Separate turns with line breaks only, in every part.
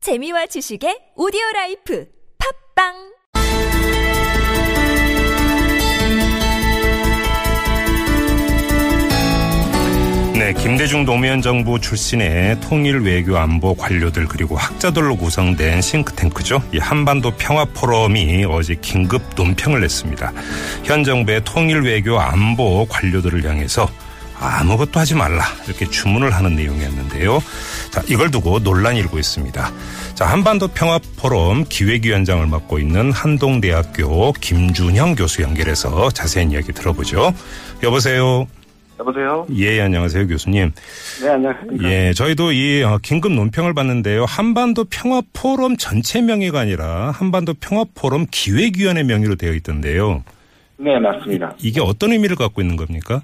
재미와 지식의 오디오 라이프 팝빵
네, 김대중 노무현 정부 출신의 통일 외교 안보 관료들 그리고 학자들로 구성된 싱크탱크죠. 이 한반도 평화 포럼이 어제 긴급 논평을 냈습니다. 현 정부의 통일 외교 안보 관료들을 향해서 아무것도 하지 말라 이렇게 주문을 하는 내용이었는데요. 자, 이걸 두고 논란이 일고 있습니다. 자, 한반도 평화 포럼 기획위원장을 맡고 있는 한동대학교 김준형 교수 연결해서 자세한 이야기 들어보죠. 여보세요.
여보세요?
예, 안녕하세요, 교수님.
네, 안녕하십니까.
예, 저희도 이 어, 긴급 논평을 봤는데요. 한반도 평화 포럼 전체 명의가 아니라 한반도 평화 포럼 기획위원회 명의로 되어 있던데요.
네, 맞습니다.
이게 어떤 의미를 갖고 있는 겁니까?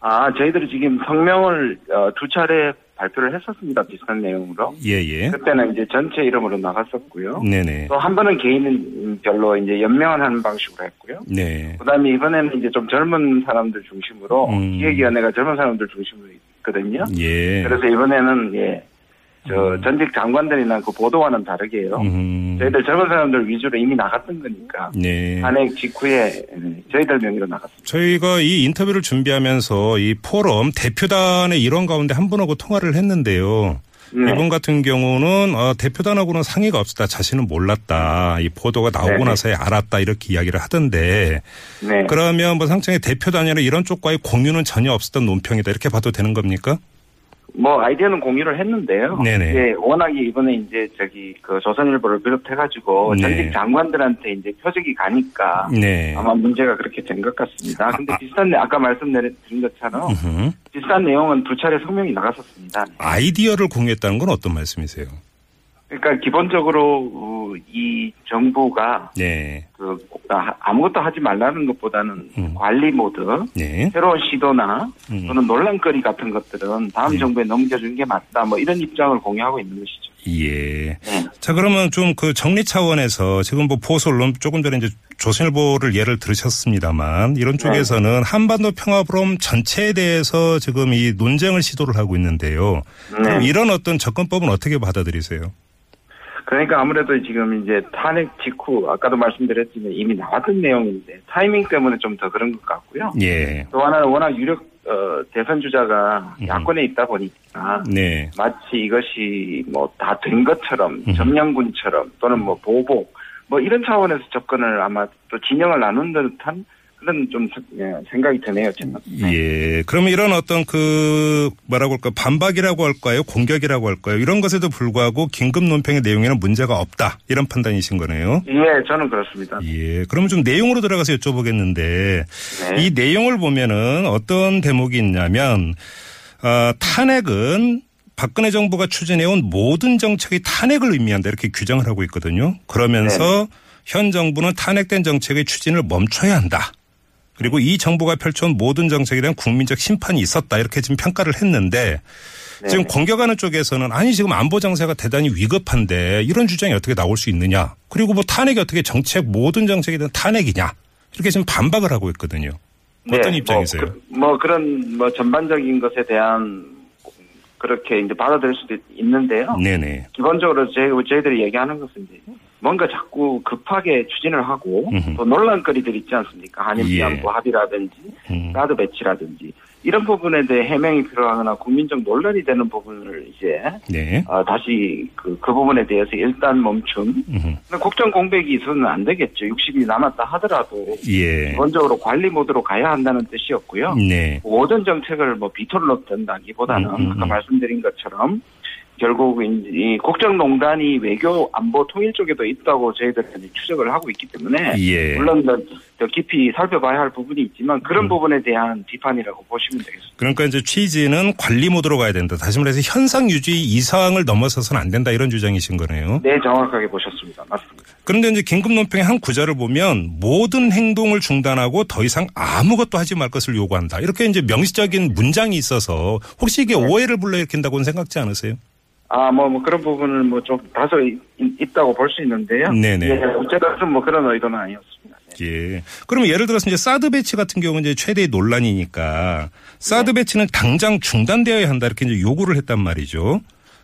아, 저희들이 지금 성명을 어, 두 차례 발표를 했었습니다. 비슷한 내용으로.
예, 예.
그때는 이제 전체 이름으로 나갔었고요.
네네.
또 한 번은 개인은 별로 이제 연명을 하는 방식으로 했고요.
네.
그 다음에 이번에는 이제 좀 젊은 사람들 중심으로,
음.
기획위원회가 젊은 사람들 중심으로 있거든요.
예.
그래서 이번에는, 예, 저 전직 장관들이나 그 보도와는 다르게요.
음.
저희들 젊은 사람들 위주로 이미 나갔던 거니까.
네.
탄핵 직후에 예, 저희들 명의로 나갔습니다.
저희가 이 인터뷰를 준비하면서 이 포럼 대표단의 일원 가운데 한 분하고 통화를 했는데요.
네.
이분 같은 경우는 어, 대표단하고는 상의가 없었다. 자신은 몰랐다. 이 보도가 나오고
네네.
나서야 알았다. 이렇게 이야기를 하던데
네.
그러면 뭐 상청의 대표단이나 이런 쪽과의 공유는 전혀 없었던 논평이다. 이렇게 봐도 되는 겁니까?
뭐 아이디어는 공유를 했는데요.
네네.
예, 워낙에 이번에 이제 저기 그 조선일보를 비롯해가지고
네.
전직 장관들한테 이제 표적이 가니까
네.
아마 문제가 그렇게 된 것 같습니다. 근데 비슷한 내- 아까 말씀드린 것처럼
음.
비슷한 내용은 두 차례 성명이 나갔었습니다.
아이디어를 공유했다는 건 어떤 말씀이세요?
그러니까 기본적으로 어, 이 정부가
네.
그 아, 아무것도 하지 말라는 것보다는
음.
관리 모드
네.
새로운 시도나
음. 네.
또는 논란거리 같은 것들은 다음 정부에 넘겨준 게 맞다. 뭐 이런 입장을 공유하고 있는 것이죠.
예.
네.
자 그러면 좀 그 정리 차원에서 지금 뭐 보수 언론 조금 전에 이제 조선일보를 예를 들으셨습니다만 이런
네.
쪽에서는 한반도 평화포럼 전체에 대해서 지금 이 논쟁을 시도를 하고 있는데요. 그럼
네.
이런 어떤 접근법은 어떻게 받아들이세요?
그러니까 아무래도 지금 이제 탄핵 직후 아까도 말씀드렸지만 이미 나왔던 내용인데 타이밍 때문에 좀 더 그런 것 같고요.
예.
또 하나는 워낙 유력 어, 대선 주자가
음.
야권에 있다 보니까
네.
마치 이것이 뭐 다 된 것처럼 점령군처럼 또는 뭐 보복 뭐 이런 차원에서 접근을 아마 또 진영을 나눈 듯한 그런 좀 예, 생각이 드네요 저는.
예. 그러면 이런 어떤 그 뭐라고 할까 반박이라고 할까요? 공격이라고 할까요? 이런 것에도 불구하고 긴급 논평의 내용에는 문제가 없다. 이런 판단이신 거네요.
예, 저는 그렇습니다.
예. 그러면 좀 내용으로 들어가서 여쭤보겠는데
네.
이 내용을 보면은 어떤 대목이 있냐면 아, 탄핵은 박근혜 정부가 추진해온 모든 정책이 탄핵을 의미한다 이렇게 규정을 하고 있거든요. 그러면서 현 정부는 탄핵된 정책의 추진을 멈춰야 한다. 그리고 이 정부가 펼쳐온 모든 정책에 대한 국민적 심판이 있었다 이렇게 지금 평가를 했는데
네.
지금 공격하는 쪽에서는 아니 지금 안보 정세가 대단히 위급한데 이런 주장이 어떻게 나올 수 있느냐 그리고 뭐 탄핵이 어떻게 정책 모든 정책에 대한 탄핵이냐 이렇게 지금 반박을 하고 있거든요. 어떤 입장이세요?
뭐, 네, 그, 런뭐 전반적인 것에 대한 그렇게 이제 받아들일 수도 있는데요.
네네.
기본적으로 저희, 저희들이 얘기하는 것은 이제 뭔가 자꾸 급하게 추진을 하고
음흠.
또 논란거리들 있지 않습니까? 한일
예.
위안부 합의라든지
음.
사드 배치라든지 이런 부분에 대해 해명이 필요하거나 국민적 논란이 되는 부분을 이제
네.
어, 다시 그, 그 부분에 대해서 일단 멈춤.
음.
근데 국정 공백이 있어서는 안 되겠죠. 60이 남았다 하더라도
예.
기본적으로 관리 모드로 가야 한다는 뜻이었고요.
네.
모든 정책을 뭐 비토를 놓든다기보다는
음, 음, 음.
아까 말씀드린 것처럼 결국 이- 이 국정농단이 외교 안보 통일 쪽에도 있다고 저희들은 추적을 하고 있기 때문에
예.
네.
음.
물론 더, 더 깊이 살펴봐야 할 부분이 있지만 그런 부분에 대한 비판이라고 보시면 되겠습니다.
그러니까 이제 취지는 관리 모드로 가야 된다. 다시 말해서 현상 유지 이상을 넘어서서는 안 된다 이런 주장이신 거네요.
네, 정확하게 보셨습니다. 맞습니다.
그런데 이제 긴급 논평의 한 구절을 보면 모든 행동을 중단하고 더 이상 아무것도 하지 말 것을 요구한다. 이렇게 이제 명시적인 문장이 있어서 혹시 이게 오해를 불러일으킨다고는 생각지 않으세요?
아, 뭐, 뭐 그런 부분은 뭐 좀 다소 이- 있다고 볼 수 있는데요.
네네.
예, 어쨌든 뭐 그런 의도는 아니었습니다. 네.
예. 그럼 예를 들어서 이제 사드 배치 같은 경우는 이제 최대의 논란이니까 사드 배치는 당장 중단되어야 한다 이렇게 이제 요구를 했단 말이죠.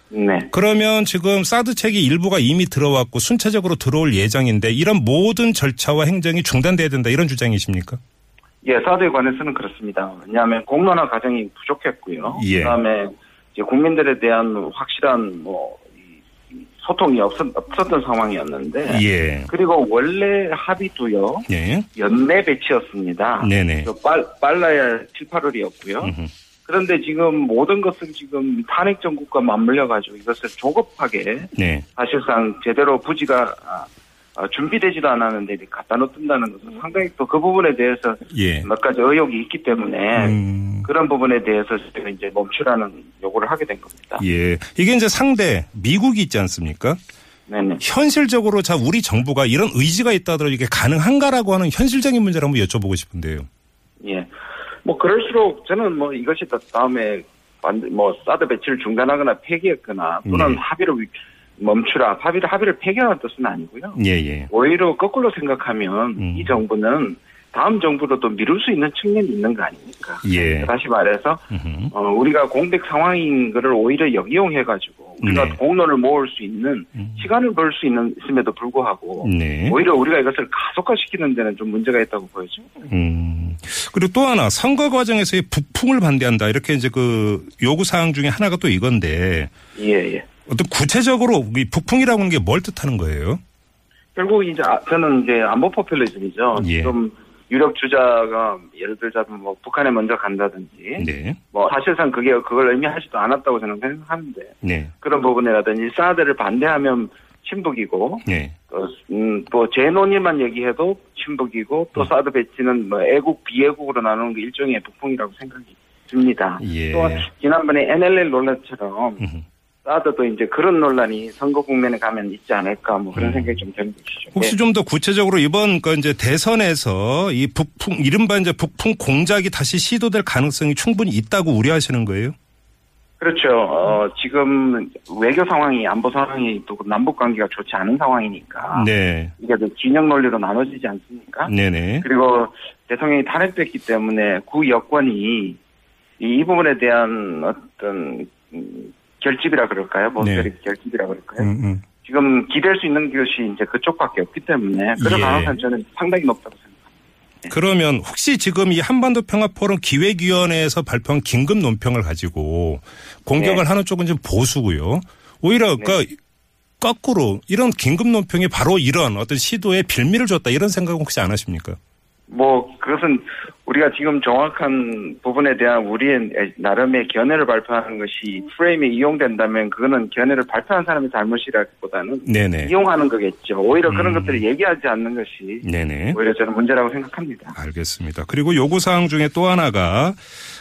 네.
그러면 지금 사드 책이 일부가 이미 들어왔고 순차적으로 들어올 예정인데 이런 모든 절차와 행정이 중단돼야 된다 이런 주장이십니까?
예, 사드에 관해서는 그렇습니다. 왜냐하면 공론화 과정이 부족했고요.
예.
그다음에 이제 국민들에 대한 확실한 뭐 이- 소통이 없었, 없었던 상황이었는데
예.
그리고 원래 합의도요
예.
연내 배치였습니다.
네네.
그 빨, 빨라야 7, 8월이었고요.
음흠.
그런데 지금 모든 것은 지금 탄핵 정국과 맞물려 가지고 이것을 조급하게
네.
사실상 제대로 부지가 아, 아, 준비되지도 않았는데 이렇게 갖다 놓든다는 것은 상당히 또 그 부분에 대해서
예.
몇 가지 의혹이 있기 때문에
음.
그런 부분에 대해서 지금 이제 멈추라는 요구를 하게 된 겁니다.
예. 이게 이제 상대 미국이 있지 않습니까?
네네.
현실적으로 자 우리 정부가 이런 의지가 있다더라도 이게 가능한가라고 하는 현실적인 문제를 한번 여쭤보고 싶은데요.
예. 뭐 그럴수록 저는 뭐 이것이 다- 다음에 반- 뭐 사드 배치를 중단하거나 폐기했거나 또는
네.
합의를 위- 멈추라 합의를 합의를 폐기하는 뜻은 아니고요.
예, 예.
오히려 거꾸로 생각하면
음.
이 정부는 다음 정부로 또 미룰 수 있는 측면이 있는 거 아닙니까?
예.
다시 말해서
음흠.
어, 우리가 공백 상황인 거를 오히려 역이용해가지고 우리가
네.
공론을 모을 수 있는
음.
시간을 벌 수 있는 있음에도 불구하고
네.
오히려 우리가 이것을 가속화시키는 데는 좀 문제가 있다고 보여죠.
음. 그리고 또 하나 선거 과정에서의 부풍을 반대한다 이렇게 이제 그 요구 사항 중에 하나가 또 이건데
예, 예.
어떤 구체적으로 이 부풍이라고 하는 게 뭘 뜻하는 거예요?
결국 이제 아- 저는 이제 안보 포퓰리즘이죠.
예.
지금 유력 주자가 예를 들자면 뭐 북한에 먼저 간다든지
네.
뭐 사실상 그게 그걸 의미하지도 않았다고 저는 생각하는데
네.
그런 부분이라든지 사드를 반대하면 친북이고
네.
또, 음, 또 재논의만 얘기해도 친북이고
음.
또 사드 배치는 뭐 애국 비애국으로 나누는 게 일종의 북풍이라고 생각이 듭니다.
예.
또 지난번에 NLL 논란처럼
음흠.
사드도 이제 그런 논란이 선거 국면에 가면 있지 않을까 뭐 그런
음.
생각이 좀 드는 것이죠. 예,
혹시 좀 더 구체적으로 이번 그 이제 대선에서 이 북풍 이른바 이제 북풍 공작이 다시 시도될 가능성이 충분히 있다고 우려하시는 거예요?
그렇죠. 어, 지금 외교 상황이 안보 상황이 또 남북 관계가 좋지 않은 상황이니까
네.
이게 좀 진영 논리로 나눠지지 않습니까?
네네.
아? 그리고 대통령이 탄핵됐기 때문에 구 여권이 이, 이 부분에 대한 어떤 음, 결집이라 그럴까요? 뭐
네.
결- 결집이라 그럴까요?
음, 음.
지금 기댈 수 있는 것이 이제 그쪽밖에 없기 때문에 그런
예.
가능성이 저는 상당히 높다고 생각합니다.
그러면 혹시 지금 이 한반도 평화 포럼 기획위원회에서 발표한 긴급 논평을 가지고 공격을 하는 쪽은 지금 보수고요. 오히려 그러니까 거꾸로 이런 긴급 논평이 바로 이런 어떤 시도에 빌미를 줬다 이런 생각은 혹시 안 하십니까?
뭐 그것은 우리가 지금 정확한 부분에 대한 우리의 나름의 견해를 발표하는 것이 프레임이 이용된다면 그거는 견해를 발표한 사람의 잘못이라기보다는
네네.
이용하는 거겠죠. 오히려 그런
음.
것들을 얘기하지 않는 것이
네네.
오히려 저는 문제라고 생각합니다.
알겠습니다. 그리고 요구사항 중에 또 하나가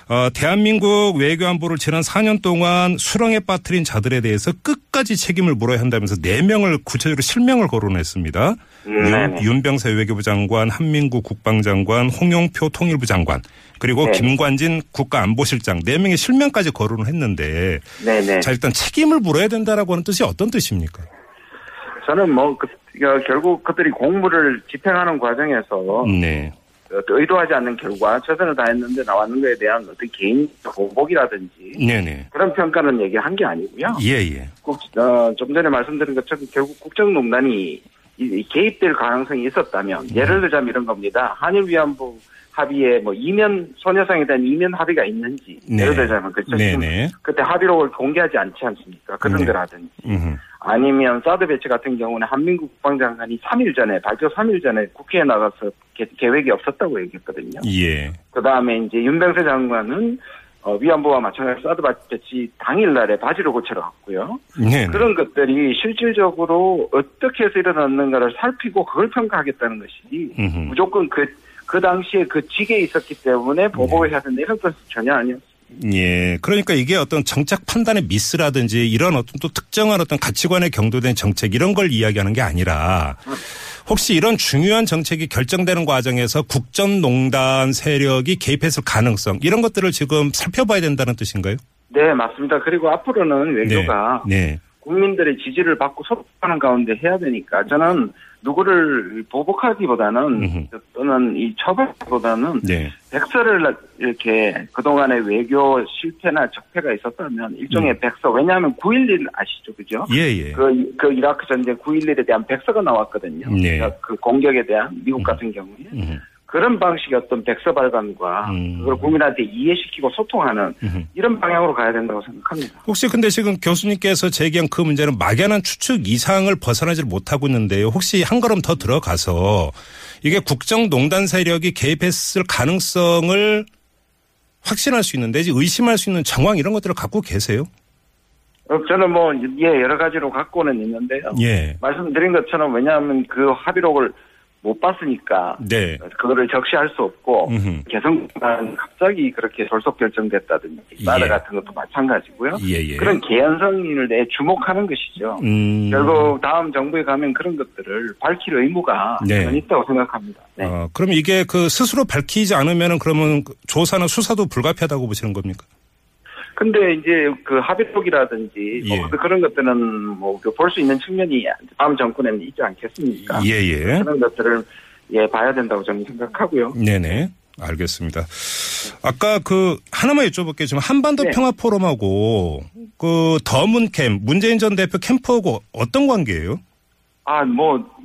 어, 대한민국 외교안보를 지난 4년 동안 수렁에 빠뜨린 자들에 대해서 끝까지 책임을 물어야 한다면서 4명을 구체적으로 실명을 거론했습니다.
음, 네네.
윤, 병세 외교부 장관, 한민구 국방장관, 홍영표 통일부 장관 그리고
네.
김관진 국가안보실장 4명의 실명까지 거론을 했는데
네네.
자 일단 책임을 물어야 된다라고 하는 뜻이 어떤 뜻입니까?
저는 뭐 그, 어, 결국 그들이 공무를 집행하는 과정에서 어,
네.
의도하지 않는 결과 최선을 다했는데 나왔는 것에 대한 어떤 개인
음.
보복이라든지
네네.
그런 평가는 얘기한 게 아니고요.
음. 예예.
국, 어, 좀 전에 말씀드린 것처럼 결국 국정농단이 이- 이 개입될 가능성이 있었다면
음.
예를 들자면 이런 겁니다. 한일 위안부 합의에 뭐 이면 소녀상에 대한 이면 합의가 있는지
네.
예를 들자면 그쵸? 지금
네네.
그때 합의록을 공개하지 않지 않습니까? 그런
네.
거라든지
음흠.
아니면 사드 배치 같은 경우는 한민국 국방장관이 3일 전에 발표 3일 전에 국회에 나가서 개, 계획이 없었다고 얘기했거든요.
예.
그 다음에 이제 윤병세 장관은 어, 위안부와 마찬가지 사드 배치 당일날에 바지로 고쳐러 갔고요.
네.
그런 것들이 실질적으로 어떻게 해서 일어났는가를 살피고 그걸 평가하겠다는 것이
음흠.
무조건 그, 그 당시에 그 직에 있었기 때문에 보고해야 된다 이런 것은 전혀 아니었어요.
예. 그러니까 이게 어떤 정책 판단의 미스라든지 이런 어떤 또 특정한 어떤 가치관에 경도된 정책 이런 걸 이야기하는 게 아니라 혹시 이런 중요한 정책이 결정되는 과정에서 국정농단 세력이 개입했을 가능성 이런 것들을 지금 살펴봐야 된다는 뜻인가요?
네, 맞습니다. 그리고 앞으로는 외교가
네.
국민들의 지지를 받고 소통하는 가운데 해야 되니까 저는 누구를 보복하기보다는
음흠.
어떤 쓰는 이 처벌보다는
네.
백서를 이렇게 그동안의 외교 실패나 적폐가 있었다면 일종의 백서 왜냐하면 9.11 아시죠 그죠?
음. 예, 예.
그, 그 이라크 전쟁 9.11에 대한 백서가 나왔거든요.
네.
그러니까 그 공격에 대한 미국 같은 경우에
음,
그런 방식의 어떤 백서 발간과
음.
그걸 국민한테 이해시키고 소통하는
음.
이런 방향으로 가야 된다고 생각합니다.
혹시 근데 지금 교수님께서 제기한 그 문제는 막연한 추측 이상을 벗어나질 못하고 있는데요. 혹시 한 걸음 더 들어가서 이게 국정농단 세력이 개입했을 가능성을 확신할 수 있는데 이제 의심할 수 있는 정황 이런 것들을 갖고 계세요?
어, 저는 뭐 예, 여러 가지로 갖고는 있는데요.
예.
말씀드린 것처럼 왜냐하면 그 합의록을 못 봤으니까
네.
그거를 적시할 수 없고
음흠.
개성공단 갑자기 그렇게 졸속 결정됐다든지 나라
예.
같은 것도 마찬가지고요.
예, 예.
그런 개연성을 내 주목하는 것이죠.
음.
결국 다음 정부에 가면 그런 것들을 밝힐 의무가
네.
저는 있다고 생각합니다. 네.
어, 그럼 이게 그 스스로 밝히지 않으면은 그러면 그 조사나 수사도 불가피하다고 보시는 겁니까?
근데 이제 그 합의록이라든지 뭐
예.
그런 것들은 뭐 볼 수 있는 측면이 다음 정권에는 있지 않겠습니까?
예, 예.
그런 것들을 예 봐야 된다고 저는 생각하고요.
네네. 알겠습니다. 아까 그 하나만 여쭤볼게요. 지금 한반도
네.
평화 포럼하고 그 더문캠 문재인 전 대표 캠프하고 어떤 관계예요?
아 뭐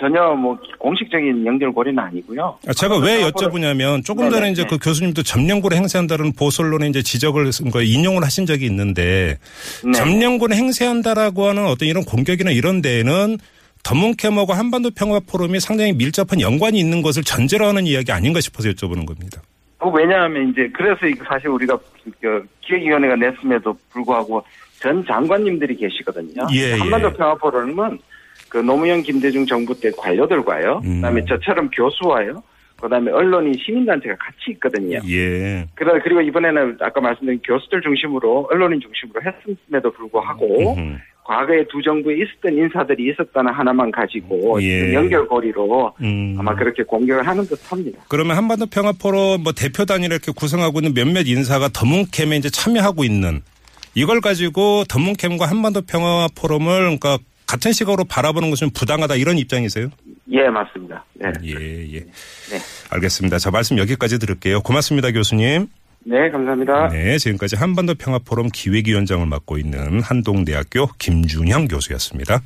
전혀 뭐 공식적인 연결고리는 아니고요.
아, 제가 왜 여쭤보냐면 조금 전에
네네,
이제
네.
그 교수님도 점령군을 행세한다는 보설론에 이제 지적을 쓴 거에 인용을 하신 적이 있는데
네.
점령군을 행세한다라고 하는 어떤 이런 공격이나 이런 데에는 더문캠하고 한반도 평화 포럼이 상당히 밀접한 연관이 있는 것을 전제로 하는 이야기 아닌가 싶어서 여쭤보는 겁니다.
어, 왜냐하면 이제 그래서 이거 사실 우리가 그- 그 기획위원회가 냈음에도 불구하고 전 장관님들이 계시거든요.
예, 예.
한반도 평화포럼은 그 노무현 김대중 정부 때 관료들과요.
음.
그다음에 저처럼 교수와요. 그다음에 언론인 시민단체가 같이 있거든요.
예.
그러- 그리고 이번에는 아까 말씀드린 교수들 중심으로 언론인 중심으로 했음에도 불구하고
음.
과거에 두 정부에 있었던 인사들이 있었다는 하나만 가지고
예.
지금 연결고리로
음.
아마 그렇게 공격을 하는 듯합니다.
그러면 한반도 평화 포럼 뭐 대표 단위를 이렇게 구성하고 있는 몇몇 인사가 더문캠에 이제 참여하고 있는 이걸 가지고 더문캠과 한반도 평화 포럼을 그러니까 같은 시각으로 바라보는 것은 부당하다 이런 입장이세요?
예, 맞습니다. 네.
예, 예. 알겠습니다. 저 말씀 여기까지 들을게요. 고맙습니다, 교수님.
네, 감사합니다.
네, 지금까지 한반도 평화 포럼 기획위원장을 맡고 있는 한동대학교 김준형 교수였습니다.